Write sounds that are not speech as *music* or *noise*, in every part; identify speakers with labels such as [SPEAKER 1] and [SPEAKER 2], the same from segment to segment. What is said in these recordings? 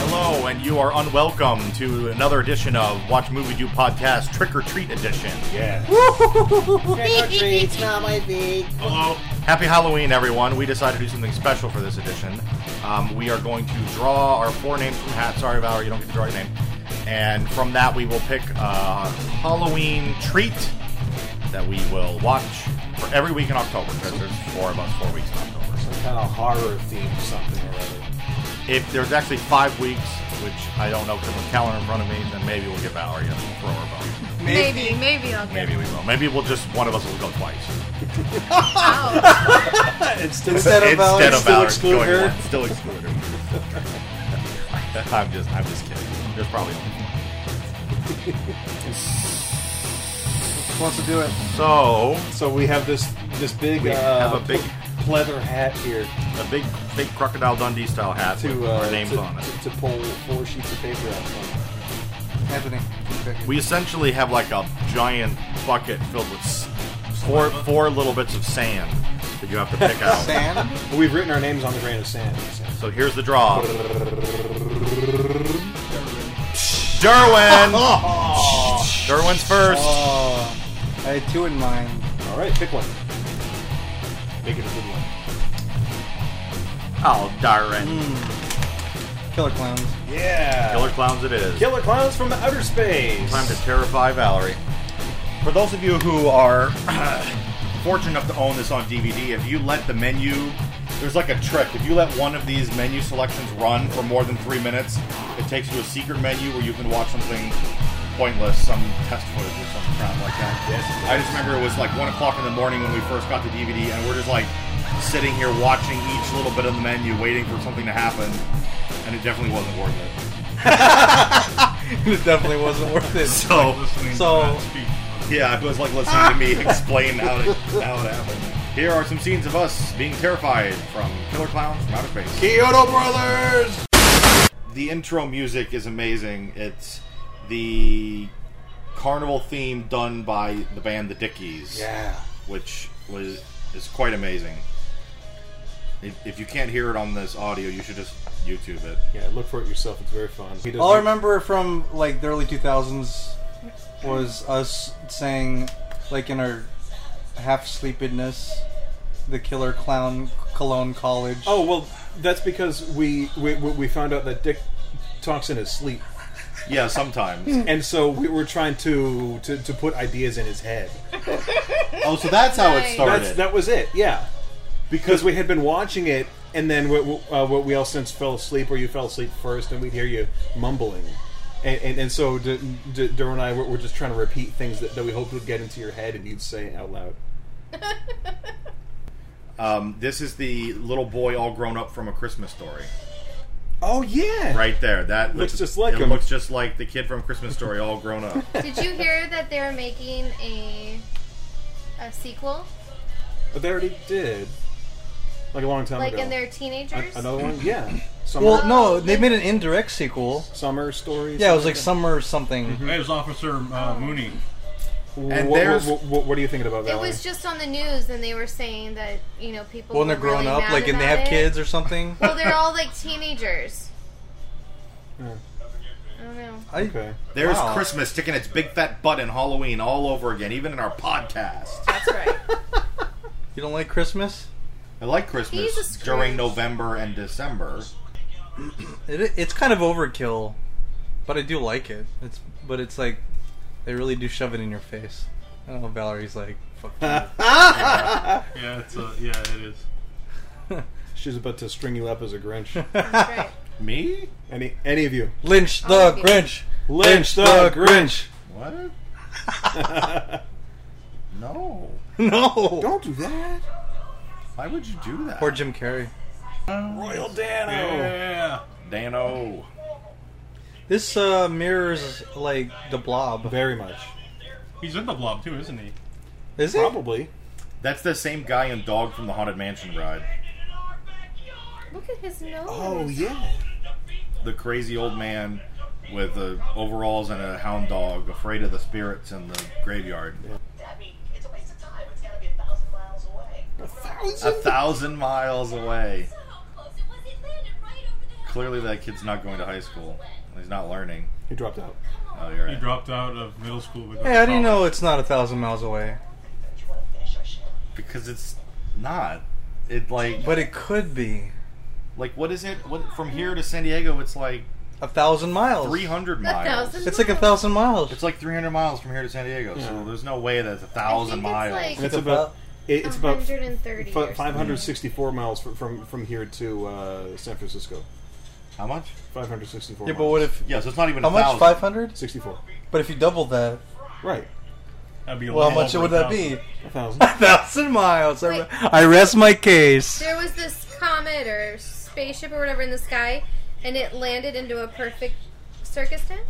[SPEAKER 1] Hello, and you are unwelcome to another edition of Watch Movie Do Podcast Trick or Treat Edition.
[SPEAKER 2] Yeah.
[SPEAKER 3] Trick or treat, smell my feet.
[SPEAKER 1] Hello. Happy Halloween, everyone. We decided to do something special for this edition. Um, we are going to draw our four names from hats. Sorry, Valerie, you don't get to draw your name. And from that, we will pick a Halloween treat that we will watch for every week in October, because there's four of us, four weeks in October.
[SPEAKER 2] Some kind of horror theme something or other.
[SPEAKER 1] If there's actually five weeks, which I don't know because I'm calendar in front of me, then maybe we'll get Valerie and throw her a bone.
[SPEAKER 4] Maybe, maybe I'll get
[SPEAKER 1] Maybe we will. Maybe we'll just one of us will go twice
[SPEAKER 4] out.
[SPEAKER 2] Instead, instead of Valerie,
[SPEAKER 1] instead of Valerie
[SPEAKER 2] still exclude
[SPEAKER 1] going
[SPEAKER 2] her.
[SPEAKER 1] one. Still exclude her. *laughs* I'm just, I'm just kidding. There's probably only one.
[SPEAKER 2] Wants to do it.
[SPEAKER 1] So
[SPEAKER 2] So we have this this big
[SPEAKER 1] we
[SPEAKER 2] uh,
[SPEAKER 1] have a big,
[SPEAKER 2] pleather hat here
[SPEAKER 1] a big, big crocodile Dundee style hat
[SPEAKER 2] to
[SPEAKER 1] with
[SPEAKER 2] uh,
[SPEAKER 1] our names
[SPEAKER 2] to,
[SPEAKER 1] on it.
[SPEAKER 2] to, to pull four sheets of paper out from. Happening.
[SPEAKER 1] We essentially have like a giant bucket filled with s- four, four little bits of sand that you have to pick out.
[SPEAKER 2] *laughs* Sand. We've written our names on the grain of sand. so-
[SPEAKER 1] So here's the draw.
[SPEAKER 2] *laughs*
[SPEAKER 1] Derwin.
[SPEAKER 2] Oh.
[SPEAKER 1] Derwin's first.
[SPEAKER 5] I had two in mind.
[SPEAKER 2] All right, pick one. Make it a good one.
[SPEAKER 1] Oh, Darren.
[SPEAKER 2] Mm.
[SPEAKER 5] Killer clowns.
[SPEAKER 2] Yeah.
[SPEAKER 1] Killer clowns, it is.
[SPEAKER 2] Killer clowns from outer space.
[SPEAKER 1] Time to terrify Valerie. For those of you who are *coughs* fortunate enough to own this on DVD, if you let the menu, there's like a trick. If you let one of these menu selections run for more than three minutes, it takes you to a secret menu where you can watch something pointless, some test footage or some crap like that.
[SPEAKER 2] Yes.
[SPEAKER 1] I just remember it was like one o'clock in the morning when we first got the DVD, and we're just like sitting here watching each little bit of the menu, waiting for something to happen, and it definitely wasn't worth it.
[SPEAKER 5] *laughs* it definitely wasn't worth it.
[SPEAKER 1] So,
[SPEAKER 5] *laughs* So,
[SPEAKER 1] Yeah, it was like listening to me explain how it, how it happened. Here are some scenes of us being terrified from Killer Clowns from Outer Space.
[SPEAKER 2] Kyoto Brothers.
[SPEAKER 1] The intro music is amazing. It's the carnival theme done by the band The Dickies,
[SPEAKER 2] Yeah.
[SPEAKER 1] which was is quite amazing. If, if you can't hear it on this audio, you should just YouTube it.
[SPEAKER 2] Yeah. Look for it yourself. It's very fun. He does
[SPEAKER 5] all I
[SPEAKER 2] the-
[SPEAKER 5] remember from like the early 2000s was us saying, like in our half sleepedness, the Killer Clown Cologne College.
[SPEAKER 2] Oh well, that's because we we, we we found out that Dick talks in his sleep,
[SPEAKER 1] Yeah, sometimes.
[SPEAKER 2] *laughs* and so we were trying to to, to put ideas in his head.
[SPEAKER 1] oh, so that's how it
[SPEAKER 4] Nice.
[SPEAKER 1] started.
[SPEAKER 2] That's that was it. Yeah, because we had been watching it, and then we, we- uh, we all since fell asleep, or you fell asleep first, and we'd hear you mumbling. And, and, and so D- D- Daryl and I were, were just trying to repeat things that, that we hoped would get into your head and you'd say it out loud.
[SPEAKER 1] um, this is the little boy all grown up from A Christmas Story.
[SPEAKER 2] Oh yeah,
[SPEAKER 1] Right there. That
[SPEAKER 2] Looks just like
[SPEAKER 1] it
[SPEAKER 2] him.
[SPEAKER 1] looks just like the kid from Christmas Story, all grown up.
[SPEAKER 4] Did you hear that they're making a a sequel?
[SPEAKER 2] But they already did, like a long time
[SPEAKER 4] Like,
[SPEAKER 2] ago.
[SPEAKER 4] and they're teenagers?
[SPEAKER 2] A- Another one, *clears throat* yeah. Summer,
[SPEAKER 5] well, no, they made an indirect sequel.
[SPEAKER 2] summer stories.
[SPEAKER 5] Yeah, it was like summer something.
[SPEAKER 6] There's Officer uh, Mooney.
[SPEAKER 2] And
[SPEAKER 1] And
[SPEAKER 2] what,
[SPEAKER 1] there's-
[SPEAKER 2] what, what, what are you thinking about that?
[SPEAKER 4] It was just on the news, and they were saying that, you know, people.
[SPEAKER 5] When
[SPEAKER 4] were
[SPEAKER 5] they're grown
[SPEAKER 4] really
[SPEAKER 5] up,
[SPEAKER 4] mad
[SPEAKER 5] like and they
[SPEAKER 4] about
[SPEAKER 5] have
[SPEAKER 4] it.
[SPEAKER 5] kids or *laughs* something.
[SPEAKER 4] Well, they're all like teenagers. I don't know.
[SPEAKER 5] I,
[SPEAKER 2] okay.
[SPEAKER 1] *laughs* There's
[SPEAKER 5] Wow.
[SPEAKER 1] Christmas sticking its big fat butt in Halloween all over again, even in our podcast.
[SPEAKER 4] That's right.
[SPEAKER 5] You don't like Christmas?
[SPEAKER 1] I like
[SPEAKER 4] He's a
[SPEAKER 1] Christmas
[SPEAKER 4] Scrooge.
[SPEAKER 1] during November and December.
[SPEAKER 5] It, it's kind of overkill, but I do like it. It's but it's like they really do shove it in your face. I don't
[SPEAKER 2] *laughs*
[SPEAKER 5] know. Valerie's like, fuck you.
[SPEAKER 6] Yeah, it's uh, yeah, it is.
[SPEAKER 2] She's about to string you up as a Grinch. *laughs*
[SPEAKER 4] That's right.
[SPEAKER 1] Me?
[SPEAKER 2] any any of you?
[SPEAKER 5] Lynch the
[SPEAKER 4] All of you.
[SPEAKER 5] Grinch.
[SPEAKER 2] Lynch the Grinch.
[SPEAKER 1] What? *laughs* no.
[SPEAKER 5] *laughs* No.
[SPEAKER 2] Don't do that.
[SPEAKER 1] Why would you do that?
[SPEAKER 5] Poor Jim Carrey.
[SPEAKER 2] Royal
[SPEAKER 5] Oh.
[SPEAKER 2] Dano.
[SPEAKER 6] Yeah.
[SPEAKER 1] Dano.
[SPEAKER 5] This uh, mirrors like the Blob.
[SPEAKER 2] Very much.
[SPEAKER 6] He's in the blob too, isn't he?
[SPEAKER 5] Is it?
[SPEAKER 2] Probably.
[SPEAKER 1] That's the same guy and dog from the Haunted Mansion ride.
[SPEAKER 4] *laughs* Look at his nose.
[SPEAKER 2] Oh yeah.
[SPEAKER 1] The crazy old man with the overalls and a hound dog, afraid of the spirits in the graveyard.
[SPEAKER 7] It's a waste of time. It's got to be a thousand miles away.
[SPEAKER 1] A thousand miles away.
[SPEAKER 7] So close. It was it landed right over the hill.
[SPEAKER 1] Clearly, that kid's not going to high school. He's not learning.
[SPEAKER 2] He dropped out.
[SPEAKER 1] Oh, you're
[SPEAKER 6] He
[SPEAKER 1] right.
[SPEAKER 6] dropped out of middle school with.
[SPEAKER 5] Hey, I didn't know it's not a thousand miles away,
[SPEAKER 7] Don't you want to finish our show?
[SPEAKER 1] Because it's not. It like
[SPEAKER 5] but it could be
[SPEAKER 1] like what is it? What from here to San Diego? It's like
[SPEAKER 5] a thousand miles.
[SPEAKER 1] 300
[SPEAKER 4] A
[SPEAKER 1] miles.
[SPEAKER 4] thousand.
[SPEAKER 5] It's like a thousand miles.
[SPEAKER 1] It's like 300 miles from here to San Diego, so there's no way that's a thousand
[SPEAKER 4] I
[SPEAKER 1] miles.
[SPEAKER 4] think it's
[SPEAKER 2] It's,
[SPEAKER 4] like
[SPEAKER 2] about. It, it's about
[SPEAKER 4] 130 or
[SPEAKER 2] five hundred sixty-four miles from, from from here to uh, San Francisco.
[SPEAKER 1] How much?
[SPEAKER 2] Five hundred sixty-four.
[SPEAKER 5] yeah, but what if?
[SPEAKER 1] Yeah, so it's not even
[SPEAKER 5] How
[SPEAKER 1] a
[SPEAKER 5] much?
[SPEAKER 1] thousand.
[SPEAKER 5] Five hundred.
[SPEAKER 2] Sixty-four.
[SPEAKER 5] But if you double that,
[SPEAKER 2] Right.
[SPEAKER 6] That'd be a
[SPEAKER 5] well, how
[SPEAKER 6] little
[SPEAKER 5] much
[SPEAKER 6] over
[SPEAKER 5] would that
[SPEAKER 6] a thousand.
[SPEAKER 5] be?
[SPEAKER 2] A thousand.
[SPEAKER 5] A thousand miles. I,
[SPEAKER 4] Wait.
[SPEAKER 5] I rest my case.
[SPEAKER 4] There was this comet or spaceship or whatever in the sky, and it landed into a perfect circus tent.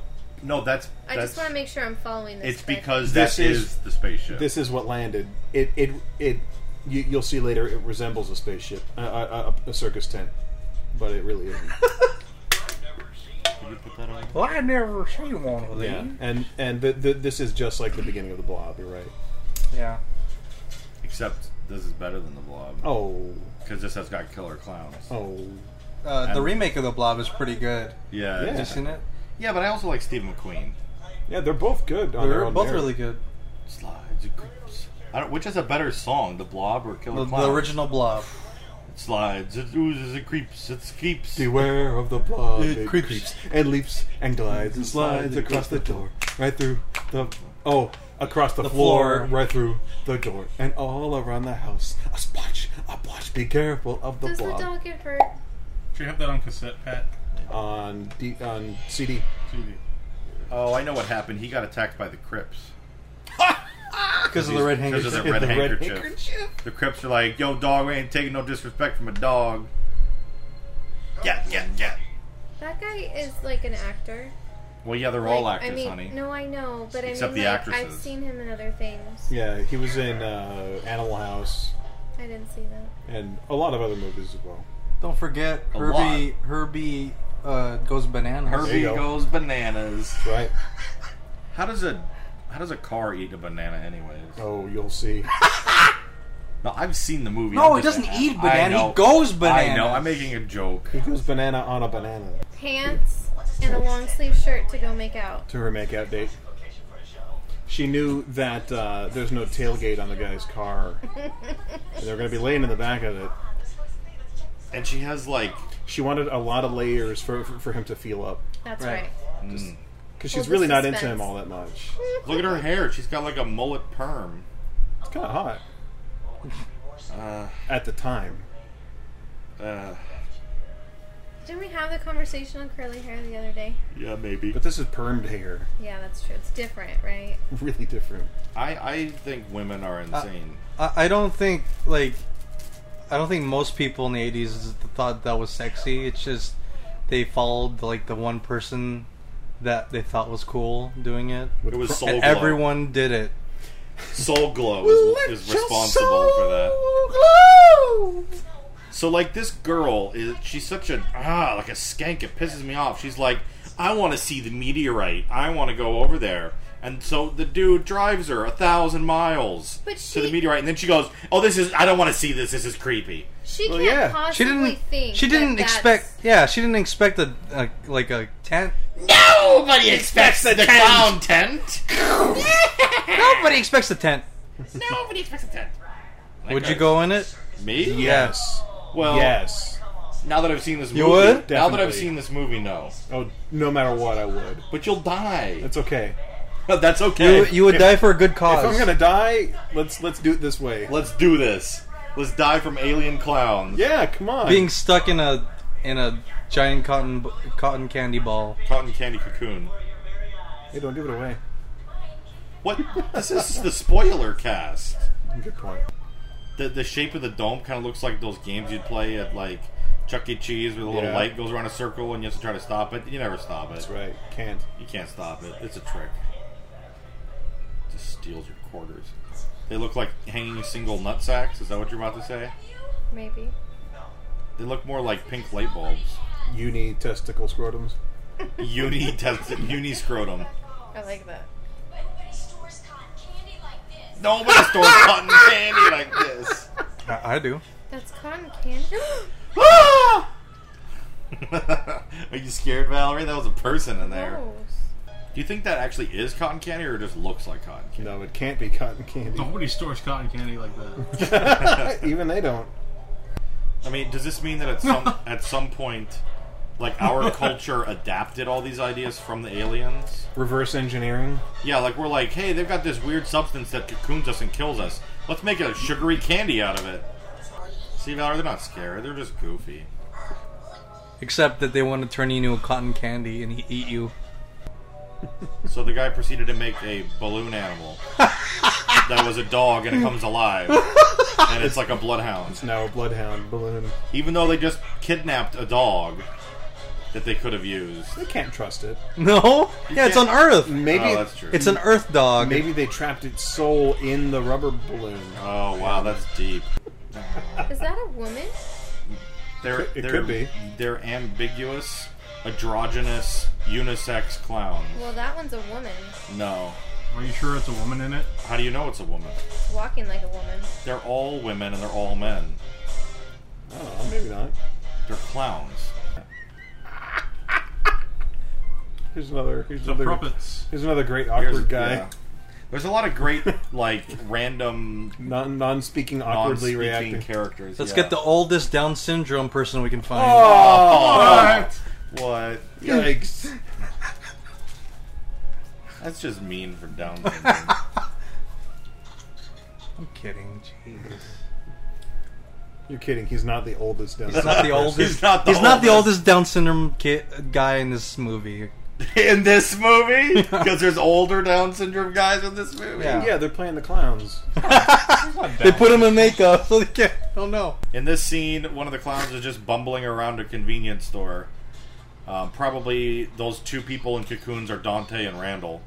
[SPEAKER 1] No, that's
[SPEAKER 4] I
[SPEAKER 1] that's
[SPEAKER 4] just want to make sure I'm following this.
[SPEAKER 1] it's
[SPEAKER 4] correctly.
[SPEAKER 1] because
[SPEAKER 2] This
[SPEAKER 1] that is,
[SPEAKER 2] is-
[SPEAKER 1] the spaceship.
[SPEAKER 2] This is what landed. It it it. You, you'll see later. It resembles a spaceship, a, a, a- a circus tent, but it really isn't.
[SPEAKER 1] Can you put that on?
[SPEAKER 5] Well, I never seen one of
[SPEAKER 2] *laughs*
[SPEAKER 5] these.
[SPEAKER 2] yeah. And and th th this is just like the beginning of the Blob. You're right.
[SPEAKER 5] Yeah.
[SPEAKER 1] Except this is better than the blob
[SPEAKER 2] Oh.
[SPEAKER 1] because this has got killer clowns.
[SPEAKER 2] Oh.
[SPEAKER 5] Uh, the
[SPEAKER 1] And-
[SPEAKER 5] remake of the Blob is pretty good.
[SPEAKER 1] Yeah,
[SPEAKER 2] Yeah.
[SPEAKER 5] You
[SPEAKER 1] it's-
[SPEAKER 5] seen it?
[SPEAKER 1] yeah, but I also like Steve McQueen.
[SPEAKER 2] Yeah, they're both good.
[SPEAKER 1] Oh,
[SPEAKER 2] On their
[SPEAKER 5] They're
[SPEAKER 2] own
[SPEAKER 5] both
[SPEAKER 2] merit.
[SPEAKER 5] really good.
[SPEAKER 1] Slides, it creeps. I don't, which is a better song, the blob or killer
[SPEAKER 5] The,
[SPEAKER 1] clowns?
[SPEAKER 5] the original Blob.
[SPEAKER 1] It slides, it oozes, it creeps, it skeeps.
[SPEAKER 2] Beware of the blob.
[SPEAKER 5] It
[SPEAKER 2] It,
[SPEAKER 5] creeps.
[SPEAKER 2] creeps. and leaps and glides and slides across the door, right through the oh, across the,
[SPEAKER 5] The
[SPEAKER 2] floor,
[SPEAKER 5] floor.
[SPEAKER 2] right through the door, and all around the house. A splotch, a blotch. Be careful of the
[SPEAKER 4] Does the
[SPEAKER 2] blob
[SPEAKER 4] dog get hurt?
[SPEAKER 6] Should you have that on cassette, Pat?
[SPEAKER 2] on D, on CD.
[SPEAKER 6] CD.
[SPEAKER 1] Oh, I know what happened. He got attacked by the Crips.
[SPEAKER 5] Because of the red
[SPEAKER 1] Because of
[SPEAKER 5] handkerchief.
[SPEAKER 1] the red
[SPEAKER 2] The red
[SPEAKER 1] handkerchief. The Crips are like, yo, dog, we ain't taking no disrespect from a dog. Yeah, yeah, yeah.
[SPEAKER 4] That guy is like an actor.
[SPEAKER 1] Well, yeah, they're all
[SPEAKER 4] Like,
[SPEAKER 1] actors,
[SPEAKER 4] I mean,
[SPEAKER 1] honey.
[SPEAKER 4] No, I know, but I
[SPEAKER 1] Except
[SPEAKER 4] mean,
[SPEAKER 1] the
[SPEAKER 4] like, I've
[SPEAKER 1] actresses.
[SPEAKER 4] seen him in other things.
[SPEAKER 2] Yeah, he was in uh, Animal House
[SPEAKER 4] I didn't see that.
[SPEAKER 2] and a lot of other movies as well.
[SPEAKER 5] Don't forget,
[SPEAKER 1] A
[SPEAKER 5] Herbie Herbie uh, goes bananas.
[SPEAKER 1] Herbie
[SPEAKER 2] go.
[SPEAKER 1] goes bananas.
[SPEAKER 2] Right?
[SPEAKER 1] How does a how does a car eat a banana, anyways?
[SPEAKER 2] Oh, you'll see.
[SPEAKER 1] No, I've seen the movie.
[SPEAKER 5] No,
[SPEAKER 1] I'm
[SPEAKER 5] he
[SPEAKER 1] just-
[SPEAKER 5] doesn't eat
[SPEAKER 1] I
[SPEAKER 5] banana.
[SPEAKER 1] know.
[SPEAKER 5] He goes
[SPEAKER 1] I
[SPEAKER 5] bananas.
[SPEAKER 1] know. I'm making a joke.
[SPEAKER 2] He goes banana on a banana
[SPEAKER 4] Pants and a long sleeve shirt to go make out.
[SPEAKER 2] to her makeout date. She knew that uh, there's no tailgate on the guy's car. And they're going to be laying in the back of it.
[SPEAKER 1] And she has like
[SPEAKER 2] She wanted a lot of layers for, for, for him to feel up.
[SPEAKER 4] That's
[SPEAKER 5] Right.
[SPEAKER 4] right.
[SPEAKER 2] Because
[SPEAKER 4] Well,
[SPEAKER 2] she's
[SPEAKER 4] the
[SPEAKER 2] really not into
[SPEAKER 4] suspense.
[SPEAKER 2] him all that much.
[SPEAKER 1] look at her hair. She's got like a mullet perm.
[SPEAKER 2] It's kind of hot. At the time.
[SPEAKER 1] Uh,
[SPEAKER 4] Didn't we have the conversation on curly hair the other day?
[SPEAKER 1] yeah, maybe.
[SPEAKER 2] But this is permed hair. *laughs*
[SPEAKER 4] Yeah, that's true. It's different, right?
[SPEAKER 2] Really different.
[SPEAKER 1] I I think women
[SPEAKER 5] Uh,
[SPEAKER 1] are insane.
[SPEAKER 5] I, I don't think like I don't think most people in the '80s thought that was sexy. It's just they followed like the one person that they thought was cool doing it,
[SPEAKER 1] it was soul
[SPEAKER 5] and
[SPEAKER 1] glow.
[SPEAKER 5] everyone did it.
[SPEAKER 1] Soul Glow is, is responsible for that. So like this girl is she's such a ah like a skank. It pisses me off. She's like, I want to see the meteorite. I want to go over there. And so the dude drives her a thousand miles
[SPEAKER 4] But
[SPEAKER 1] to the
[SPEAKER 4] she-
[SPEAKER 1] meteorite, and then she goes, "Oh, this is I don't want to see this. This is creepy."
[SPEAKER 4] She
[SPEAKER 2] Well,
[SPEAKER 4] can't
[SPEAKER 2] yeah.
[SPEAKER 5] She
[SPEAKER 4] possibly
[SPEAKER 5] didn't.
[SPEAKER 4] think.
[SPEAKER 5] She didn't
[SPEAKER 4] that that's-
[SPEAKER 5] expect. Yeah, she didn't expect a, a like a tent.
[SPEAKER 1] Nobody expects the, clown tent.
[SPEAKER 5] Nobody expects a tent.
[SPEAKER 1] Nobody expects a tent.
[SPEAKER 5] Would you go in it?
[SPEAKER 1] Me?
[SPEAKER 2] Yes.
[SPEAKER 1] Well,
[SPEAKER 2] Yes.
[SPEAKER 1] Now that I've seen this movie,
[SPEAKER 5] You would?
[SPEAKER 1] now that I've
[SPEAKER 2] Definitely.
[SPEAKER 1] seen this movie, no.
[SPEAKER 2] Oh, no matter what, I would.
[SPEAKER 1] But you'll die.
[SPEAKER 2] *laughs* It's okay.
[SPEAKER 1] That's
[SPEAKER 5] You,
[SPEAKER 1] okay. *laughs*
[SPEAKER 5] you would die for a good cause.
[SPEAKER 2] If I'm gonna die, let's let's do it this way.
[SPEAKER 1] Let's do this. Let's die from alien clowns.
[SPEAKER 2] Yeah, come on.
[SPEAKER 5] Being stuck in a in a giant cotton b- cotton candy ball.
[SPEAKER 1] Cotton candy cocoon.
[SPEAKER 2] hey, don't give it away.
[SPEAKER 1] What? this is the spoiler cast.
[SPEAKER 2] Good point.
[SPEAKER 1] The, the shape of the dome kind of looks like those games you'd play at like Chuck E. Cheese, where the little
[SPEAKER 2] Yeah.
[SPEAKER 1] light goes around a circle and you have to try to stop it. You never stop it.
[SPEAKER 2] That's right. Can't.
[SPEAKER 1] You can't stop it. It's a trick. Just steals your quarters. They look like hanging single nut sacks. Is that what you're about to say?
[SPEAKER 4] Maybe.
[SPEAKER 1] They look more like pink light bulbs.
[SPEAKER 2] Uni testicle scrotums.
[SPEAKER 1] Uni test uni scrotum.
[SPEAKER 4] I like that.
[SPEAKER 7] But nobody stores cotton candy like this.
[SPEAKER 1] Nobody stores cotton candy like this. *laughs*
[SPEAKER 5] I, I do.
[SPEAKER 4] That's cotton candy. *gasps*
[SPEAKER 1] Ah! Are you scared, Valerie? That was a person in there.
[SPEAKER 4] Gross.
[SPEAKER 1] Do you think that actually is cotton candy or it just looks like cotton candy?
[SPEAKER 2] No, it can't be cotton
[SPEAKER 1] *laughs*
[SPEAKER 2] candy.
[SPEAKER 6] Nobody stores cotton candy like
[SPEAKER 2] *laughs*
[SPEAKER 6] that.
[SPEAKER 2] Even they don't.
[SPEAKER 1] I mean, does this mean that at some at some point like our culture adapted all these ideas from the aliens?
[SPEAKER 2] Reverse engineering.
[SPEAKER 1] Yeah, like we're like, hey, they've got this weird substance that cocoons us and kills us. Let's make a sugary candy out of it. See, Valerie, they're not scared. They're just goofy.
[SPEAKER 5] Except that they want to turn you into a cotton candy and he eat you. *laughs*
[SPEAKER 1] So the guy proceeded to make a balloon animal that was a dog and it comes alive. And it's like a bloodhound.
[SPEAKER 2] No, bloodhound balloon.
[SPEAKER 1] Even though they just kidnapped a dog that they could have used.
[SPEAKER 2] They can't trust it.
[SPEAKER 5] No. Yeah, it's on
[SPEAKER 1] can't-
[SPEAKER 5] Earth.
[SPEAKER 2] Maybe. er-,
[SPEAKER 1] oh, that's true.
[SPEAKER 5] It's an Earth dog.
[SPEAKER 2] Maybe they trapped its soul in the rubber balloon.
[SPEAKER 1] oh, wow, that's deep.
[SPEAKER 4] Is that a woman?
[SPEAKER 1] They're,
[SPEAKER 2] It
[SPEAKER 1] they're,
[SPEAKER 2] could be.
[SPEAKER 1] They're ambiguous, androgynous, unisex clowns.
[SPEAKER 4] Well, that one's a woman.
[SPEAKER 1] No.
[SPEAKER 6] Are you sure it's a woman in it?
[SPEAKER 1] How do you know it's a woman?
[SPEAKER 4] It's walking like a woman.
[SPEAKER 1] They're all women and they're all men.
[SPEAKER 2] I don't know. Maybe not.
[SPEAKER 1] They're clowns.
[SPEAKER 2] Here's another. Here's
[SPEAKER 6] The
[SPEAKER 2] another.
[SPEAKER 6] puppets.
[SPEAKER 2] Here's another great
[SPEAKER 1] Here's-
[SPEAKER 2] awkward guy.
[SPEAKER 1] yeah. There's a lot of great, like, random,
[SPEAKER 2] Non non speaking *laughs* awkwardly
[SPEAKER 1] non-speaking
[SPEAKER 2] reacting.
[SPEAKER 1] characters.
[SPEAKER 5] Let's
[SPEAKER 1] yeah.
[SPEAKER 5] get the oldest Down syndrome person we can
[SPEAKER 2] Oh,
[SPEAKER 5] find.
[SPEAKER 1] Oh, what? What?
[SPEAKER 2] Yikes!
[SPEAKER 1] That's just mean for Down
[SPEAKER 2] *laughs*
[SPEAKER 1] syndrome.
[SPEAKER 5] I'm kidding. Jeez.
[SPEAKER 2] You're kidding. He's not the oldest. Down *laughs*
[SPEAKER 5] He's not the oldest.
[SPEAKER 1] He's not the
[SPEAKER 5] he's not the
[SPEAKER 1] oldest.
[SPEAKER 5] oldest Down syndrome ki- guy in this movie.
[SPEAKER 1] in this movie? Because there's older Down syndrome guys in this movie?
[SPEAKER 5] Yeah.
[SPEAKER 2] yeah, they're playing the clowns.
[SPEAKER 5] They put him in makeup, *laughs* so they can't. Oh no.
[SPEAKER 1] In this scene, one of the clowns is just bumbling around a convenience store. Um, probably those two people in cocoons are Dante and
[SPEAKER 2] *laughs*
[SPEAKER 1] Randall.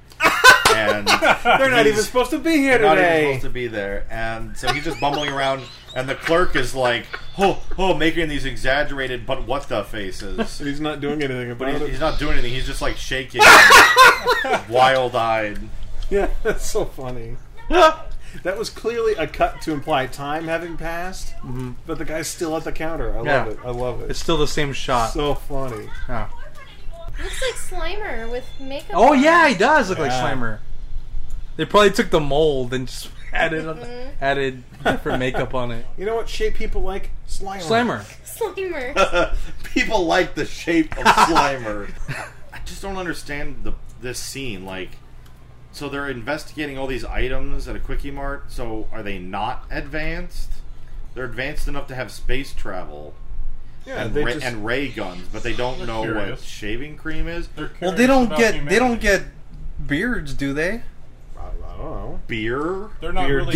[SPEAKER 1] and
[SPEAKER 2] They're *laughs* not even supposed to be here
[SPEAKER 1] not even
[SPEAKER 2] today.
[SPEAKER 1] supposed to be there. And so he's just bumbling around, and the clerk is like, oh, oh, making these exaggerated but what the
[SPEAKER 2] *laughs*
[SPEAKER 1] faces.
[SPEAKER 2] He's not doing anything
[SPEAKER 1] But
[SPEAKER 2] about
[SPEAKER 1] he's,
[SPEAKER 2] it.
[SPEAKER 1] he's not doing anything. He's just like *laughs* shaking, wild eyed.
[SPEAKER 2] Yeah, *laughs* that's so funny. that was clearly a cut to imply time having passed,
[SPEAKER 1] Mm-hmm.
[SPEAKER 2] but the guy's still at the counter. I
[SPEAKER 5] Yeah.
[SPEAKER 2] love it. I love it.
[SPEAKER 5] It's still the same shot.
[SPEAKER 2] so funny.
[SPEAKER 5] Yeah.
[SPEAKER 4] Looks like Slimer with makeup.
[SPEAKER 5] Oh
[SPEAKER 4] on.
[SPEAKER 5] yeah, he does look like
[SPEAKER 2] Yeah.
[SPEAKER 5] Slimer. They probably took the mold and just *laughs* added added different makeup on it.
[SPEAKER 2] You know what shape people like? Slimer.
[SPEAKER 5] Slimer.
[SPEAKER 4] *laughs* Slimer.
[SPEAKER 1] People like the shape of Slimer. *laughs* I just don't understand the this scene. Like, so they're investigating all these items at a quickie mart. So are they not advanced? They're advanced enough to have space travel
[SPEAKER 2] Yeah,
[SPEAKER 1] and,
[SPEAKER 2] they
[SPEAKER 1] ra-
[SPEAKER 2] just,
[SPEAKER 1] and ray guns, but they don't know what
[SPEAKER 6] curious.
[SPEAKER 1] shaving cream is.
[SPEAKER 5] Well, they don't get they don't get beards, do they?
[SPEAKER 2] I I don't know.
[SPEAKER 1] Beer.
[SPEAKER 6] They're not really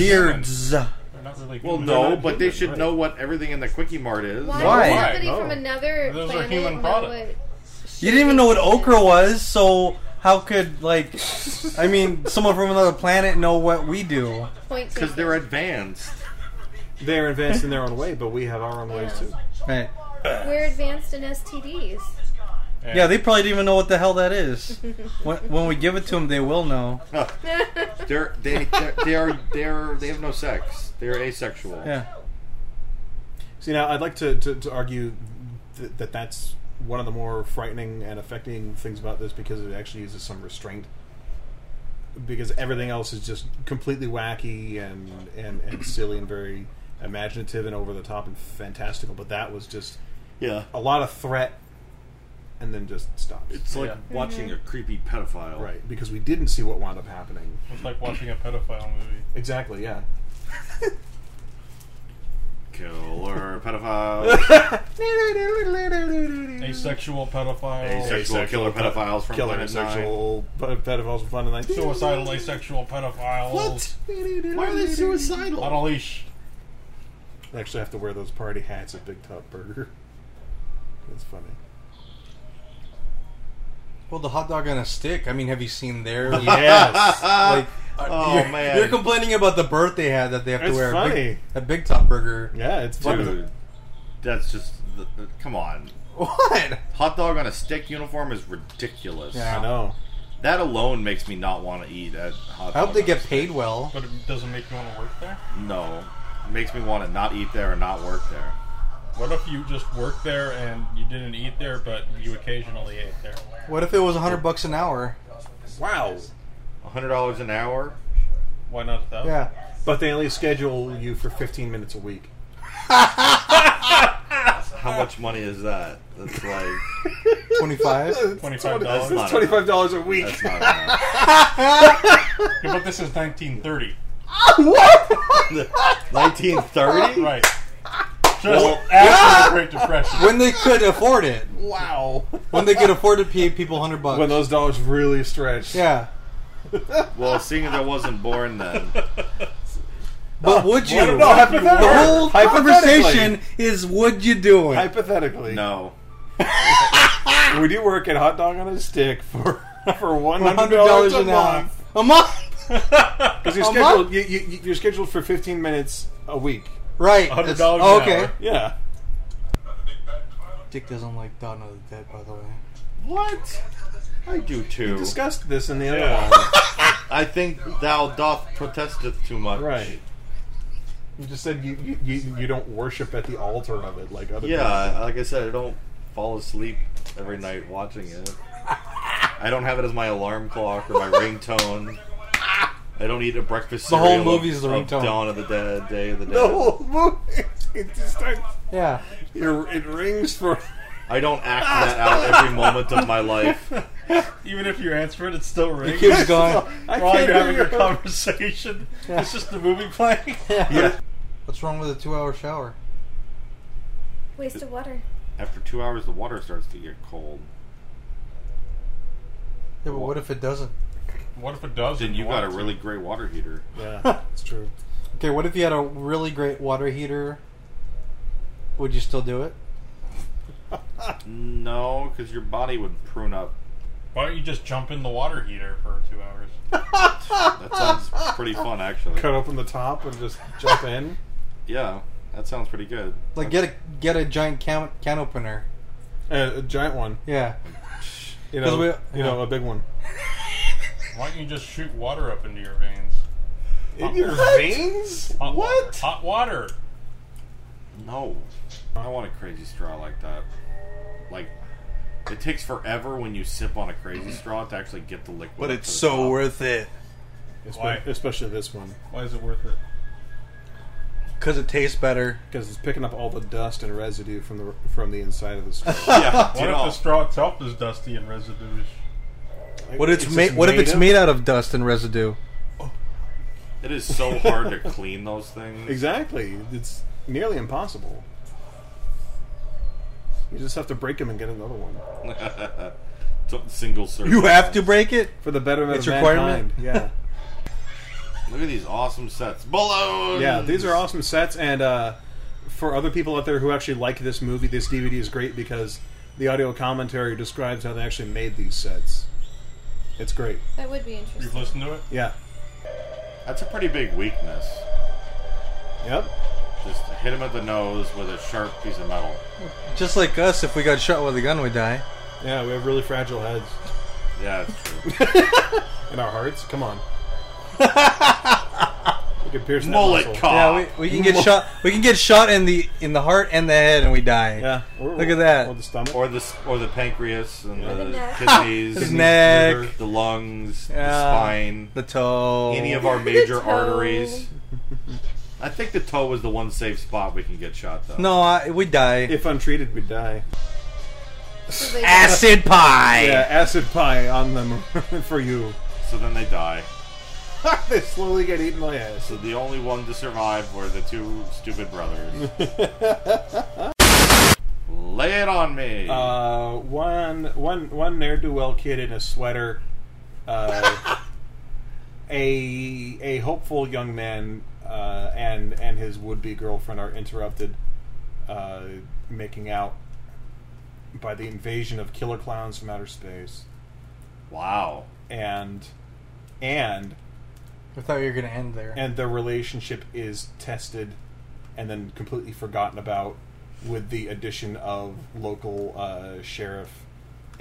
[SPEAKER 5] Beards.
[SPEAKER 6] humans. They're not really.
[SPEAKER 1] Well,
[SPEAKER 6] humans.
[SPEAKER 1] no,
[SPEAKER 6] They're not
[SPEAKER 1] but they
[SPEAKER 6] human,
[SPEAKER 1] should
[SPEAKER 6] right.
[SPEAKER 1] know what everything in the quickie mart is.
[SPEAKER 4] Why,
[SPEAKER 5] Why?
[SPEAKER 4] would somebody
[SPEAKER 2] Oh.
[SPEAKER 4] from another
[SPEAKER 6] Those are
[SPEAKER 4] planet
[SPEAKER 6] human
[SPEAKER 4] know
[SPEAKER 6] product.
[SPEAKER 4] what
[SPEAKER 5] You didn't even know what okra was, so how could like I mean someone from another planet know what we do?
[SPEAKER 4] Point
[SPEAKER 1] Because they're advanced.
[SPEAKER 2] They're advanced in their own way, but we have our own ways too.
[SPEAKER 5] Right.
[SPEAKER 4] We're advanced in STDs.
[SPEAKER 5] Yeah, they probably don't even know what the hell that is. when, when we give it to them, they will know.
[SPEAKER 1] They're they they're, they are they're they have no sex. They're asexual.
[SPEAKER 5] Yeah.
[SPEAKER 2] See, now I'd like to, to, to argue th- that that's one of the more frightening and affecting things about this because it actually uses some restraint. Because everything else is just completely wacky and, and, and *coughs* silly and very imaginative and over the top and fantastical, but that was just
[SPEAKER 1] Yeah.
[SPEAKER 2] a lot of threat and then just stops.
[SPEAKER 1] It's like
[SPEAKER 6] Yeah.
[SPEAKER 1] watching a creepy pedophile.
[SPEAKER 2] Right, because we didn't see what wound up happening.
[SPEAKER 6] It's like watching a pedophile movie.
[SPEAKER 2] Exactly, yeah. *laughs*
[SPEAKER 1] Killer, pedophile,
[SPEAKER 6] Asexual pedophile.
[SPEAKER 1] asexual killer pedophiles from
[SPEAKER 2] killer
[SPEAKER 1] Planet Nine.
[SPEAKER 2] asexual pe- pedophiles from Planet Nine. *laughs*
[SPEAKER 6] Suicidal asexual pedophiles.
[SPEAKER 2] What?
[SPEAKER 1] Why are they suicidal?
[SPEAKER 6] On a leash.
[SPEAKER 2] I actually have to wear those party hats at Big Top Burger. That's funny.
[SPEAKER 5] Well, the hot dog on a stick. I mean, have you
[SPEAKER 2] *laughs*
[SPEAKER 5] seen their?
[SPEAKER 2] Yes.
[SPEAKER 5] like,
[SPEAKER 1] Oh,
[SPEAKER 5] you're,
[SPEAKER 1] man.
[SPEAKER 5] you're complaining about the birth they had that they have to
[SPEAKER 2] It's
[SPEAKER 5] wear a big,
[SPEAKER 2] funny.
[SPEAKER 5] a big top burger.
[SPEAKER 2] yeah, it's funny.
[SPEAKER 1] Dude, that's just. The, the- come on.
[SPEAKER 5] *laughs* What?
[SPEAKER 1] Hot dog on a stick uniform is ridiculous.
[SPEAKER 5] Yeah.
[SPEAKER 2] I know.
[SPEAKER 1] That alone makes me not want to eat at hot
[SPEAKER 5] I
[SPEAKER 1] dog
[SPEAKER 5] hope they
[SPEAKER 1] on a
[SPEAKER 5] get
[SPEAKER 1] stick.
[SPEAKER 5] paid well.
[SPEAKER 6] But it doesn't make you want to work there?
[SPEAKER 1] No. It makes me want to not eat there and not work there.
[SPEAKER 6] What if you just worked there and you didn't eat there, but you occasionally ate there?
[SPEAKER 5] What if it was hundred bucks an hour?
[SPEAKER 2] Wow.
[SPEAKER 1] $100 an hour?
[SPEAKER 6] Why not that?
[SPEAKER 5] Yeah.
[SPEAKER 2] But they only schedule you for 15 minutes a week.
[SPEAKER 1] How much money is that? That's like.
[SPEAKER 5] Twenty-five.
[SPEAKER 6] Twenty-five
[SPEAKER 1] That's
[SPEAKER 6] dollars.
[SPEAKER 1] not
[SPEAKER 2] It's $25 dollars a week.
[SPEAKER 1] That's
[SPEAKER 5] *laughs*
[SPEAKER 1] not enough.
[SPEAKER 6] but this is nineteen thirty,
[SPEAKER 1] 1930?
[SPEAKER 6] right? Just after the Great Depression.
[SPEAKER 5] when they could afford it.
[SPEAKER 2] Wow.
[SPEAKER 5] When they could afford to pay people hundred bucks.
[SPEAKER 2] When those dollars really stretch.
[SPEAKER 5] yeah.
[SPEAKER 1] Well, seeing as I wasn't born then.
[SPEAKER 2] *laughs*
[SPEAKER 5] But would you?
[SPEAKER 2] no, hypothetically.
[SPEAKER 5] the whole
[SPEAKER 2] Hypothetically.
[SPEAKER 5] conversation is would you do it?
[SPEAKER 2] Hypothetically,
[SPEAKER 1] No.
[SPEAKER 2] would you work at Hot Dog on a Stick for *laughs* for one
[SPEAKER 5] hundred
[SPEAKER 2] hundred
[SPEAKER 5] dollars
[SPEAKER 2] dollars
[SPEAKER 5] an hour.
[SPEAKER 2] month?
[SPEAKER 5] A month.
[SPEAKER 2] Because you're
[SPEAKER 5] A
[SPEAKER 2] scheduled,
[SPEAKER 5] month?
[SPEAKER 2] you, you, you're scheduled for fifteen minutes a week.
[SPEAKER 5] *laughs* Right.
[SPEAKER 6] $100
[SPEAKER 5] that's-
[SPEAKER 6] an
[SPEAKER 5] oh, okay.
[SPEAKER 6] hour.
[SPEAKER 2] Yeah.
[SPEAKER 5] Dick doesn't like Dawn of the Dead, by the way.
[SPEAKER 1] What? I do too.
[SPEAKER 2] Discussed this in the other
[SPEAKER 6] Yeah.
[SPEAKER 2] one.
[SPEAKER 1] I think thou doth protesteth too much.
[SPEAKER 2] Right. You just said you, you, you, you don't worship at the altar of it like other people.
[SPEAKER 1] Yeah, like I said, I don't fall asleep every night watching it. I don't have it as my alarm clock or my ringtone. I don't eat a breakfast.
[SPEAKER 5] The whole
[SPEAKER 1] cereal of-
[SPEAKER 5] movie's the
[SPEAKER 1] of
[SPEAKER 5] ringtone.
[SPEAKER 1] Dawn of the Dead, Day of *laughs* the Dead.
[SPEAKER 2] The whole movie. It just starts.
[SPEAKER 5] Yeah.
[SPEAKER 2] It, it rings for.
[SPEAKER 1] I don't act that out every moment of my
[SPEAKER 5] *laughs*
[SPEAKER 1] life.
[SPEAKER 6] Even if you answer it, it's still
[SPEAKER 5] It *laughs* *laughs*
[SPEAKER 6] rigged.
[SPEAKER 5] keeps going.
[SPEAKER 2] I
[SPEAKER 6] While you're having your
[SPEAKER 2] remember.
[SPEAKER 6] conversation, it's just the movie playing.
[SPEAKER 1] Yeah.
[SPEAKER 5] What's wrong with a two-hour shower?
[SPEAKER 4] Waste of water.
[SPEAKER 1] After two hours, the water starts to get cold.
[SPEAKER 5] Yeah, but what if it doesn't?
[SPEAKER 6] What if it does?
[SPEAKER 1] Then you got a really great water heater.
[SPEAKER 2] Yeah, it's true.
[SPEAKER 5] Okay, what if you had a really great water heater? Would you still do it?
[SPEAKER 1] No, because your body would prune up.
[SPEAKER 6] Why don't you just jump in the water heater for two hours?
[SPEAKER 1] That
[SPEAKER 5] *laughs*
[SPEAKER 1] sounds pretty fun, actually.
[SPEAKER 2] Cut open the top and just jump in. *laughs*
[SPEAKER 1] Yeah, that sounds pretty good.
[SPEAKER 5] Like get a get a giant can can opener.
[SPEAKER 2] Uh, a giant one.
[SPEAKER 5] Yeah.
[SPEAKER 2] You
[SPEAKER 5] 'Cause
[SPEAKER 2] know,
[SPEAKER 5] we-
[SPEAKER 2] you know, a big one.
[SPEAKER 6] Why don't you just shoot water up into your veins?
[SPEAKER 2] In your Uh, veins?
[SPEAKER 6] Hot
[SPEAKER 2] What?
[SPEAKER 6] Water. Hot water.
[SPEAKER 1] No. I want a crazy straw like that. Like, it takes forever when you sip on a crazy straw to actually get the liquid. up to the top.
[SPEAKER 5] worth it.
[SPEAKER 2] Espe-
[SPEAKER 6] Why?
[SPEAKER 2] Especially this one,
[SPEAKER 6] Why is it worth it?
[SPEAKER 5] Because it tastes better.
[SPEAKER 2] because it's picking up all the dust and residue from the from the inside of the straw.
[SPEAKER 1] *laughs* Yeah,
[SPEAKER 6] What
[SPEAKER 1] dude, oh,
[SPEAKER 6] if
[SPEAKER 1] I'll-
[SPEAKER 6] the straw itself is dusty and residuous?
[SPEAKER 5] What, it's
[SPEAKER 2] just
[SPEAKER 5] ma- what if it's
[SPEAKER 2] of-
[SPEAKER 5] made out of dust and residue?
[SPEAKER 1] it is so hard to clean those things.
[SPEAKER 5] *laughs*
[SPEAKER 2] Exactly. It's nearly impossible. You just have to break them and get another one
[SPEAKER 1] Some single serve.
[SPEAKER 5] You have to break it?
[SPEAKER 2] for the betterment
[SPEAKER 5] It's
[SPEAKER 2] of
[SPEAKER 5] requirement?
[SPEAKER 2] mankind.
[SPEAKER 1] Look at these awesome sets. Balloons!
[SPEAKER 2] Yeah, yeah. These are awesome sets, and uh, for other people out there who actually like this movie, this DVD is great because the audio commentary describes how they actually made these sets. It's great.
[SPEAKER 4] That would be interesting.
[SPEAKER 6] You've listened to it.
[SPEAKER 2] Yeah.
[SPEAKER 1] That's a pretty big weakness.
[SPEAKER 2] Yep.
[SPEAKER 1] Just hit him at the nose with a sharp piece of metal.
[SPEAKER 5] Just like us, if we got shot with a gun, we die.
[SPEAKER 2] Yeah, we have really fragile heads
[SPEAKER 1] Yeah, that's true.
[SPEAKER 2] in our hearts. Come on. *laughs* we could pierce that
[SPEAKER 1] Mullet
[SPEAKER 2] muscle.
[SPEAKER 1] cock.
[SPEAKER 5] Yeah, we, we can get shot. We can get shot in the in the heart and the head, and we die.
[SPEAKER 2] Yeah. Or-
[SPEAKER 5] Look at that.
[SPEAKER 2] Or the stomach.
[SPEAKER 1] Or the s- or the pancreas and
[SPEAKER 4] The
[SPEAKER 1] the
[SPEAKER 4] neck.
[SPEAKER 1] kidneys,
[SPEAKER 5] His neck.
[SPEAKER 1] liver, the lungs,
[SPEAKER 5] Yeah.
[SPEAKER 1] the spine,
[SPEAKER 5] The toe.
[SPEAKER 1] any of
[SPEAKER 5] *laughs*
[SPEAKER 1] our major
[SPEAKER 4] toe.
[SPEAKER 1] arteries. I think the toe was the one safe spot we can get shot though.
[SPEAKER 5] no, I, we die.
[SPEAKER 2] if untreated, we die.
[SPEAKER 4] So they-
[SPEAKER 5] Acid pie.
[SPEAKER 2] Yeah, acid pie on them *laughs* for you.
[SPEAKER 1] So then they die.
[SPEAKER 2] they slowly get eaten by ass.
[SPEAKER 1] So the only one to survive were the two stupid
[SPEAKER 5] *laughs*
[SPEAKER 1] brothers. Lay it on me.
[SPEAKER 2] Uh, one one one ne'er do well kid in a sweater, uh, a a hopeful young man, uh, and and his would be girlfriend are interrupted, uh, making out by the invasion of killer clowns from outer space,
[SPEAKER 1] wow.
[SPEAKER 2] and and
[SPEAKER 5] I thought you were gonna end there.
[SPEAKER 2] and their relationship is tested and then completely forgotten about with the addition of local uh, sheriff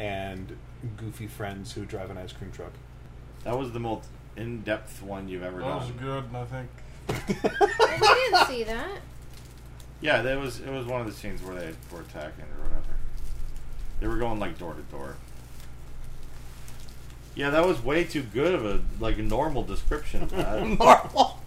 [SPEAKER 2] and goofy friends who drive an ice cream truck.
[SPEAKER 1] That was the most in depth one you've ever
[SPEAKER 6] That was
[SPEAKER 1] done.
[SPEAKER 6] good, and I think
[SPEAKER 4] I didn't see that.
[SPEAKER 1] Yeah, that was it was one of the scenes where they were attacking or whatever. They were going like door to door. Yeah, that was way too good of a like a normal description of that.
[SPEAKER 5] Normal.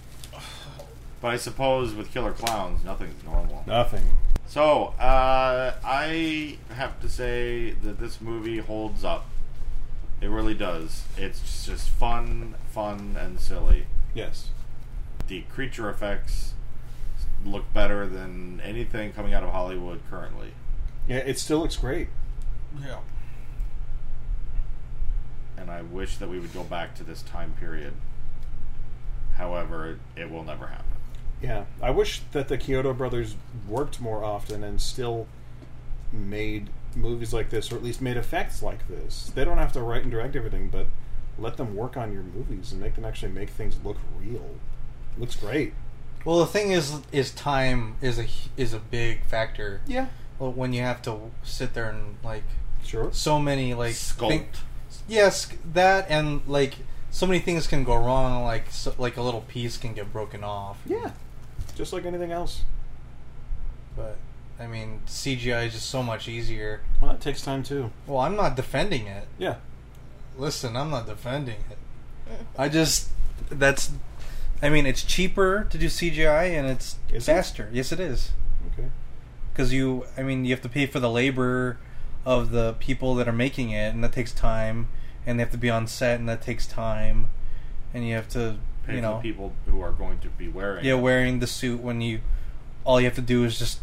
[SPEAKER 1] but I suppose with killer clowns, nothing's normal.
[SPEAKER 2] Nothing.
[SPEAKER 1] So, uh, I have to say that this movie holds up. It really does. It's just fun, fun, and silly.
[SPEAKER 2] Yes.
[SPEAKER 1] The creature effects look better than anything coming out of Hollywood currently.
[SPEAKER 2] Yeah, it still looks great.
[SPEAKER 6] yeah.
[SPEAKER 1] And I wish that we would go back to this time period. However, it will never happen.
[SPEAKER 2] Yeah. I wish that the Kyoto brothers worked more often and still made movies like this or at least made effects like this. They don't have to write and direct everything, but let them work on your movies and make them actually make things look real. Looks great.
[SPEAKER 5] Well, the thing is, is time is a hu- is a big factor.
[SPEAKER 2] Yeah.
[SPEAKER 5] Well, When you have to sit there and like
[SPEAKER 2] Sure.
[SPEAKER 5] so many like
[SPEAKER 1] Sculpt.
[SPEAKER 5] yes, that and like so many things can go wrong. Like so, like a little piece can get broken off.
[SPEAKER 2] Yeah. Just like anything else.
[SPEAKER 5] But I mean, CGI is just so much easier.
[SPEAKER 2] Well, that takes time too.
[SPEAKER 5] Well, I'm not defending it.
[SPEAKER 2] Yeah.
[SPEAKER 5] Listen, I'm not defending it. I just that's. I mean, it's cheaper to do CGI and it's
[SPEAKER 2] Is it?
[SPEAKER 5] faster. Yes, it is.
[SPEAKER 2] Okay.
[SPEAKER 5] because you i mean you have to pay for the labor of the people that are making it and that takes time and they have to be on set and that takes time and you have to
[SPEAKER 1] Pay
[SPEAKER 5] you
[SPEAKER 1] for
[SPEAKER 5] know
[SPEAKER 1] the people who are going to be wearing
[SPEAKER 5] yeah
[SPEAKER 1] it.
[SPEAKER 5] wearing the suit when you all you have to do is just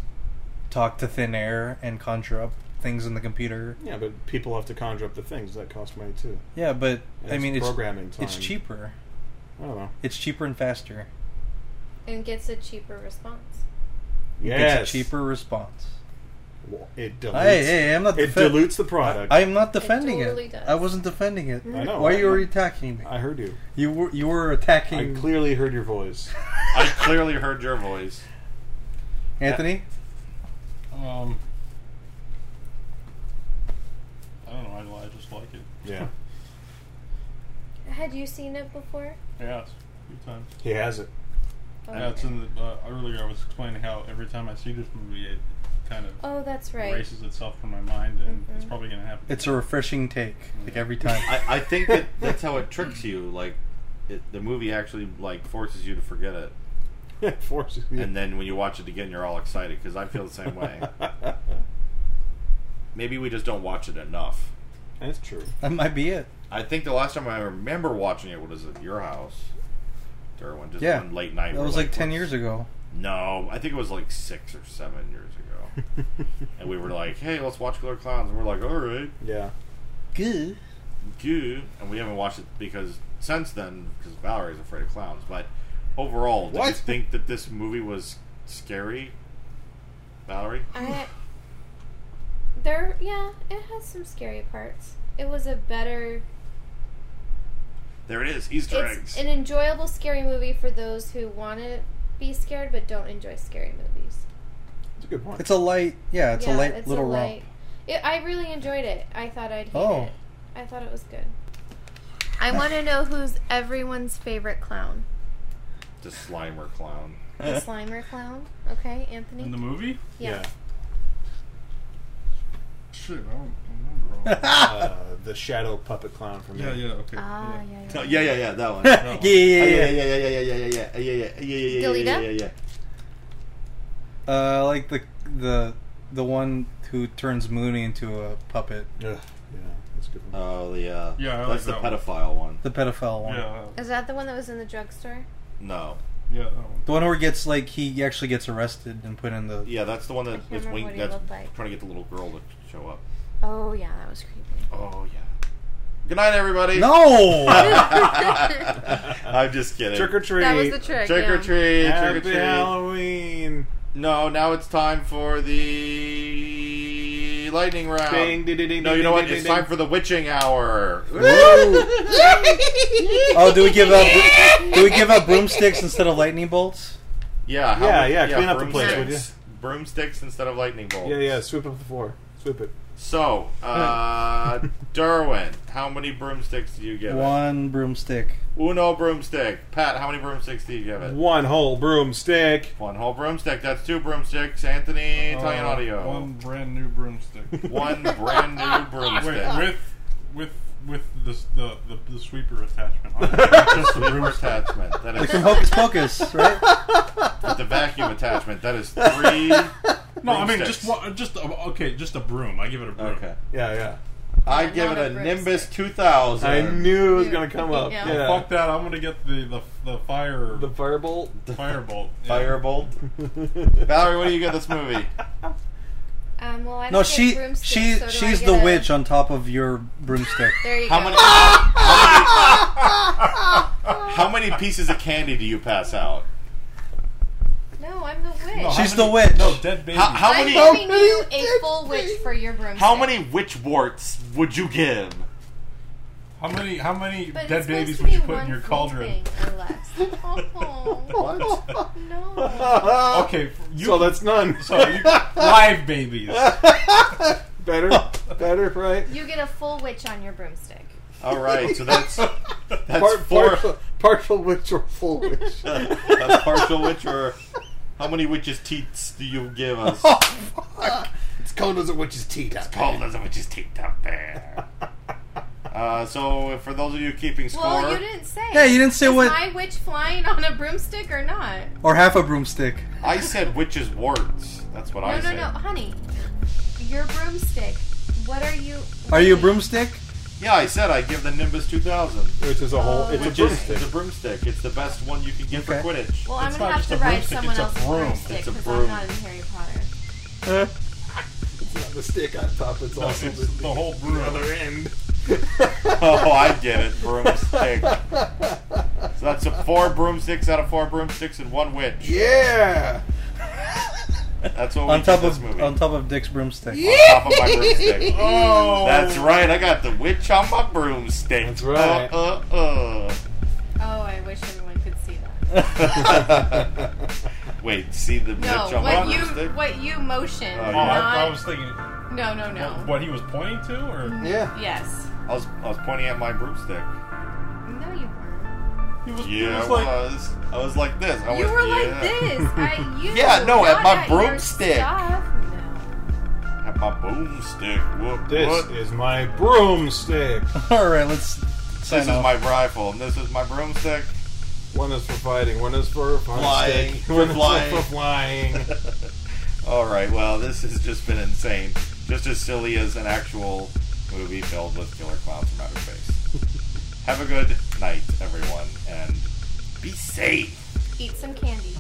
[SPEAKER 5] talk to thin air and conjure up things in the computer
[SPEAKER 2] Yeah, but people have to conjure up the things that cost money too.
[SPEAKER 5] yeah but
[SPEAKER 2] And
[SPEAKER 5] i mean it's
[SPEAKER 2] programming time.
[SPEAKER 5] it's cheaper
[SPEAKER 2] I don't know.
[SPEAKER 5] it's cheaper and faster
[SPEAKER 4] And gets a cheaper response.
[SPEAKER 2] Yes.
[SPEAKER 5] it's a cheaper response
[SPEAKER 2] Well, It dilutes.
[SPEAKER 5] hey hey i'm not
[SPEAKER 2] it
[SPEAKER 5] defen-
[SPEAKER 2] dilutes the product.
[SPEAKER 5] i'm not defending it,
[SPEAKER 4] totally does.
[SPEAKER 5] i wasn't defending it
[SPEAKER 2] I know.
[SPEAKER 5] why are you
[SPEAKER 2] I-
[SPEAKER 5] already attacking me
[SPEAKER 2] I heard you.
[SPEAKER 5] You were you were
[SPEAKER 2] I
[SPEAKER 5] attacking
[SPEAKER 2] clearly heard your voice.
[SPEAKER 1] I clearly heard your voice.
[SPEAKER 5] Anthony.
[SPEAKER 6] Um, I don't know. I, I just like it.
[SPEAKER 5] *laughs*
[SPEAKER 2] Yeah.
[SPEAKER 4] Had you seen it before?
[SPEAKER 6] Yeah, it's a few times.
[SPEAKER 2] He has it. *laughs*
[SPEAKER 6] Yeah, it's in the, uh, earlier I was explaining how every time I see this movie, it kind of
[SPEAKER 4] Oh, that's right.
[SPEAKER 6] erases itself from my mind, and it's
[SPEAKER 4] Mhm.
[SPEAKER 6] probably going to happen.
[SPEAKER 5] It's a refreshing take, like every time.
[SPEAKER 1] I, I think that that's how it tricks you. Like, it, the movie actually like forces you to forget it,
[SPEAKER 2] Forces you.
[SPEAKER 1] and then when you watch it again, you're all excited because I feel the same
[SPEAKER 5] *laughs*
[SPEAKER 1] way. Maybe we just don't watch it enough.
[SPEAKER 2] *laughs* That's true. *laughs*
[SPEAKER 5] that might be it.
[SPEAKER 1] I think the last time I remember watching it was at your house, Derwin, just
[SPEAKER 5] Yeah.
[SPEAKER 1] one late night.
[SPEAKER 5] That
[SPEAKER 1] we're
[SPEAKER 5] was like ten
[SPEAKER 1] let's-
[SPEAKER 5] years ago.
[SPEAKER 1] No, I think it was like six or seven years *laughs* ago, and we were like, "Hey, let's watch Killer Clowns," and we're like, "All right."
[SPEAKER 2] Yeah.
[SPEAKER 5] Good.
[SPEAKER 1] Goo, and we haven't watched it because since then, because Valerie's afraid of clowns. But overall, did you
[SPEAKER 2] What?
[SPEAKER 1] think that this movie was scary, Valerie?
[SPEAKER 4] I there yeah, it has some scary parts. It was a better
[SPEAKER 1] There it is, Easter eggs.
[SPEAKER 4] it's an enjoyable scary movie for those who want to be scared but don't enjoy scary movies.
[SPEAKER 2] It's a good point.
[SPEAKER 5] It's a light. Yeah, it's a light little
[SPEAKER 4] light-
[SPEAKER 5] romp.
[SPEAKER 4] It, I really enjoyed it. I thought I'd hate
[SPEAKER 5] Oh.
[SPEAKER 4] it. I thought it was good. I want to know who's everyone's favorite
[SPEAKER 5] *laughs*
[SPEAKER 4] clown.
[SPEAKER 1] the Slimer clown.
[SPEAKER 4] The Slimer clown. Okay, Anthony.
[SPEAKER 6] in the movie.
[SPEAKER 4] yeah.
[SPEAKER 6] Shit, I don't remember. all.
[SPEAKER 2] uh, the shadow puppet clown from
[SPEAKER 6] *laughs* yeah, yeah, okay.
[SPEAKER 4] Ah, yeah. yeah.
[SPEAKER 1] No, yeah, yeah, yeah, that *laughs* one.
[SPEAKER 5] yeah, yeah, yeah, yeah.
[SPEAKER 1] Oh, yeah, yeah, yeah, yeah, yeah, yeah, yeah, yeah, yeah, yeah, yeah,
[SPEAKER 4] Delete
[SPEAKER 1] yeah,
[SPEAKER 4] it?
[SPEAKER 1] yeah, yeah.
[SPEAKER 5] Uh, like the the the one who turns Mooney into a puppet,
[SPEAKER 2] yeah, that's a good. One.
[SPEAKER 1] Oh, the uh,
[SPEAKER 6] Yeah, I like
[SPEAKER 1] that's the
[SPEAKER 6] that one.
[SPEAKER 1] pedophile one.
[SPEAKER 5] the pedophile one,
[SPEAKER 6] Yeah, uh,
[SPEAKER 4] Is that the one that was in the drugstore?
[SPEAKER 1] No,
[SPEAKER 6] yeah, that one.
[SPEAKER 5] the one where he gets like he actually gets arrested and put in the.
[SPEAKER 1] yeah, that's the one that
[SPEAKER 4] can't
[SPEAKER 1] that's
[SPEAKER 4] remember
[SPEAKER 1] wink,
[SPEAKER 4] what he
[SPEAKER 1] that's
[SPEAKER 4] looked like.
[SPEAKER 1] trying to get the little girl to show up.
[SPEAKER 4] Oh yeah, that was creepy.
[SPEAKER 1] Oh yeah. Good night, everybody.
[SPEAKER 5] No,
[SPEAKER 1] *laughs* I'm just
[SPEAKER 5] Uh,
[SPEAKER 1] kidding.
[SPEAKER 2] Trick or treat.
[SPEAKER 4] That was the trick.
[SPEAKER 1] Trick or
[SPEAKER 4] yeah.
[SPEAKER 1] treat. Trick or
[SPEAKER 2] Happy
[SPEAKER 1] treat.
[SPEAKER 2] Halloween.
[SPEAKER 1] No, now it's time for the lightning round.
[SPEAKER 2] Bing, ding, ding, ding,
[SPEAKER 1] No,
[SPEAKER 2] ding,
[SPEAKER 1] you know
[SPEAKER 2] ding,
[SPEAKER 1] what?
[SPEAKER 2] ding,
[SPEAKER 1] It's
[SPEAKER 2] ding.
[SPEAKER 1] time for the witching hour.
[SPEAKER 5] oh, do we give up?
[SPEAKER 4] *laughs*
[SPEAKER 5] Do we give up broomsticks instead of lightning bolts?
[SPEAKER 1] Yeah, how
[SPEAKER 2] Yeah,
[SPEAKER 1] would-
[SPEAKER 2] yeah, clean up the place, would
[SPEAKER 1] broomsticks. Broomsticks instead of lightning bolts.
[SPEAKER 2] Yeah, yeah. Sweep up the floor. Sweep it.
[SPEAKER 1] So,
[SPEAKER 2] *laughs*
[SPEAKER 1] uh, Derwin, how many broomsticks do you give
[SPEAKER 5] One broomstick.
[SPEAKER 1] it? Uno broomstick. Pat, how many broomsticks do you give it?
[SPEAKER 2] One whole broomstick.
[SPEAKER 1] One whole broomstick. That's two broomsticks. Anthony, Italian
[SPEAKER 6] Uh,
[SPEAKER 1] audio.
[SPEAKER 6] One brand new broomstick. Wait, *laughs*
[SPEAKER 1] One brand new broomstick.
[SPEAKER 6] with with with this, the, the the sweeper attachment. on it.
[SPEAKER 1] *laughs*
[SPEAKER 6] Just the
[SPEAKER 1] Broom
[SPEAKER 6] broomstick.
[SPEAKER 1] attachment. That
[SPEAKER 5] From
[SPEAKER 1] is
[SPEAKER 5] Hocus Pocus,
[SPEAKER 4] *laughs*
[SPEAKER 5] right?
[SPEAKER 1] with the vacuum attachment. That
[SPEAKER 6] *laughs*
[SPEAKER 1] is three.
[SPEAKER 6] No, I mean just
[SPEAKER 1] broomsticks.
[SPEAKER 6] one, just a, okay, just a broom. I give it a broom.
[SPEAKER 1] Okay.
[SPEAKER 2] Yeah, yeah.
[SPEAKER 1] I
[SPEAKER 4] Not
[SPEAKER 1] give it
[SPEAKER 4] a
[SPEAKER 1] a
[SPEAKER 4] broomstick.
[SPEAKER 1] Nimbus 2000.
[SPEAKER 2] I knew it was
[SPEAKER 4] Yeah.
[SPEAKER 2] gonna come up.
[SPEAKER 4] Yeah.
[SPEAKER 2] Yeah.
[SPEAKER 6] Fuck that! I'm gonna get the the, the fire
[SPEAKER 2] The firebolt. *laughs*
[SPEAKER 6] firebolt. Yeah.
[SPEAKER 1] Firebolt. Valerie, what do you get this
[SPEAKER 6] *laughs*
[SPEAKER 1] movie?
[SPEAKER 4] Um, well, I don't
[SPEAKER 5] No,
[SPEAKER 4] get
[SPEAKER 5] she
[SPEAKER 4] broomsticks,
[SPEAKER 5] she
[SPEAKER 4] so do I
[SPEAKER 5] she's
[SPEAKER 4] get
[SPEAKER 5] the
[SPEAKER 4] a-
[SPEAKER 5] witch on top of your broomstick.
[SPEAKER 4] There you
[SPEAKER 1] How
[SPEAKER 4] go.
[SPEAKER 1] many, how, many, how many pieces of candy do you pass out?
[SPEAKER 4] No, I'm the witch.
[SPEAKER 6] No, how
[SPEAKER 5] She's
[SPEAKER 6] many-
[SPEAKER 5] the witch.
[SPEAKER 6] No, dead baby.
[SPEAKER 1] How, how
[SPEAKER 4] I'm
[SPEAKER 1] many
[SPEAKER 4] giving you a full witch for your broomstick.
[SPEAKER 1] how many witch warts would you give?
[SPEAKER 6] How many how many
[SPEAKER 4] But
[SPEAKER 6] dead
[SPEAKER 4] it's supposed
[SPEAKER 6] babies
[SPEAKER 4] to
[SPEAKER 6] would you
[SPEAKER 4] be
[SPEAKER 6] put in
[SPEAKER 4] one
[SPEAKER 6] your
[SPEAKER 4] full
[SPEAKER 6] cauldron?
[SPEAKER 4] Thing or
[SPEAKER 5] *laughs*
[SPEAKER 4] less. Oh,
[SPEAKER 1] What?
[SPEAKER 4] no.
[SPEAKER 6] Okay, f- you,
[SPEAKER 2] So that's none.
[SPEAKER 6] *laughs* so you, live babies. Oh,
[SPEAKER 2] better, better, right?
[SPEAKER 4] You get a full witch on your broomstick.
[SPEAKER 1] All right, so
[SPEAKER 6] *laughs*
[SPEAKER 1] that's that's
[SPEAKER 2] Part,
[SPEAKER 1] four.
[SPEAKER 2] partial, partial witch or full witch.
[SPEAKER 1] a partial witch or how many witches' teats do you give us?
[SPEAKER 2] it's cold as a witch's teeth.
[SPEAKER 1] Cold as a witch's teeth out there. Uh, so for those of you keeping score,
[SPEAKER 4] Well, you didn't say.
[SPEAKER 5] Yeah, you didn't say
[SPEAKER 4] Is
[SPEAKER 5] what-
[SPEAKER 4] my witch flying on a broomstick or not?
[SPEAKER 5] Or half a broomstick.
[SPEAKER 1] I said witches' warts. That's what
[SPEAKER 4] No,
[SPEAKER 1] I
[SPEAKER 4] no,
[SPEAKER 1] said.
[SPEAKER 4] no, honey. Your broomstick. What are you?
[SPEAKER 5] Are you a broomstick?
[SPEAKER 1] Yeah, I said I give the Nimbus 2000,
[SPEAKER 2] Which is a whole. It's
[SPEAKER 1] which
[SPEAKER 2] a
[SPEAKER 1] is
[SPEAKER 2] broomstick.
[SPEAKER 1] the broomstick. It's the best one you can get
[SPEAKER 5] Okay.
[SPEAKER 1] for Quidditch.
[SPEAKER 4] Well, I'm
[SPEAKER 6] It's
[SPEAKER 4] gonna
[SPEAKER 6] not
[SPEAKER 4] have
[SPEAKER 6] just
[SPEAKER 4] to
[SPEAKER 6] a
[SPEAKER 4] ride
[SPEAKER 6] broomstick,
[SPEAKER 4] someone
[SPEAKER 6] it's a
[SPEAKER 4] else's
[SPEAKER 6] broom.
[SPEAKER 4] broomstick
[SPEAKER 1] It's a
[SPEAKER 4] because
[SPEAKER 1] broom.
[SPEAKER 4] I'm *laughs* not in Harry Potter.
[SPEAKER 2] It's not the stick on top. It's
[SPEAKER 6] No,
[SPEAKER 2] also
[SPEAKER 6] it's the
[SPEAKER 2] the,
[SPEAKER 6] whole brew.
[SPEAKER 2] other
[SPEAKER 4] *laughs*
[SPEAKER 2] end.
[SPEAKER 1] *laughs* oh, I get it, broomstick. so that's a four broomsticks out of four broomsticks and one witch.
[SPEAKER 2] Yeah.
[SPEAKER 1] That's what we
[SPEAKER 5] On
[SPEAKER 1] did
[SPEAKER 5] top
[SPEAKER 1] this
[SPEAKER 5] of
[SPEAKER 1] movie.
[SPEAKER 5] on top of Dick's broomstick.
[SPEAKER 1] On top of my broomstick.
[SPEAKER 6] *laughs* Oh,
[SPEAKER 1] That's right. I got the witch on my broomstick.
[SPEAKER 2] That's right.
[SPEAKER 1] Uh, uh,
[SPEAKER 4] Oh, I wish everyone could see that.
[SPEAKER 1] uh. Wait, see the
[SPEAKER 4] No,
[SPEAKER 1] witch on my
[SPEAKER 4] what you
[SPEAKER 1] broomstick?
[SPEAKER 4] what you motion?
[SPEAKER 1] Oh, yeah.
[SPEAKER 6] Oh, I, I
[SPEAKER 4] not-
[SPEAKER 6] was thinking what-
[SPEAKER 4] no, no, no.
[SPEAKER 6] what he was pointing to, or
[SPEAKER 2] Yeah.
[SPEAKER 4] Yes.
[SPEAKER 1] I was, I was pointing at my broomstick.
[SPEAKER 4] No, you weren't.
[SPEAKER 6] he was, he
[SPEAKER 1] Yeah,
[SPEAKER 6] was
[SPEAKER 1] I
[SPEAKER 6] like,
[SPEAKER 1] was. I was like this. I
[SPEAKER 4] You
[SPEAKER 1] was,
[SPEAKER 4] were like
[SPEAKER 1] yeah.
[SPEAKER 4] this.
[SPEAKER 1] *laughs*
[SPEAKER 4] I you.
[SPEAKER 1] Yeah, no, at
[SPEAKER 4] not
[SPEAKER 1] my
[SPEAKER 4] your
[SPEAKER 1] broomstick.
[SPEAKER 4] stuff. No.
[SPEAKER 1] At my boomstick. Whoop,
[SPEAKER 2] This
[SPEAKER 1] whoop.
[SPEAKER 2] is my broomstick.
[SPEAKER 5] *laughs* All right, let's sign
[SPEAKER 1] This is
[SPEAKER 5] off.
[SPEAKER 1] my rifle, and this is my broomstick.
[SPEAKER 2] One is for fighting. One is for
[SPEAKER 1] Flying.
[SPEAKER 2] stick,
[SPEAKER 1] For
[SPEAKER 2] One is
[SPEAKER 1] flying.
[SPEAKER 2] for flying.
[SPEAKER 1] All right, well, this has just been insane. Just as silly as an actual movie filled with killer clowns from outer space.
[SPEAKER 2] *laughs*
[SPEAKER 1] Have a good night, everyone, and be safe.
[SPEAKER 4] Eat some candy.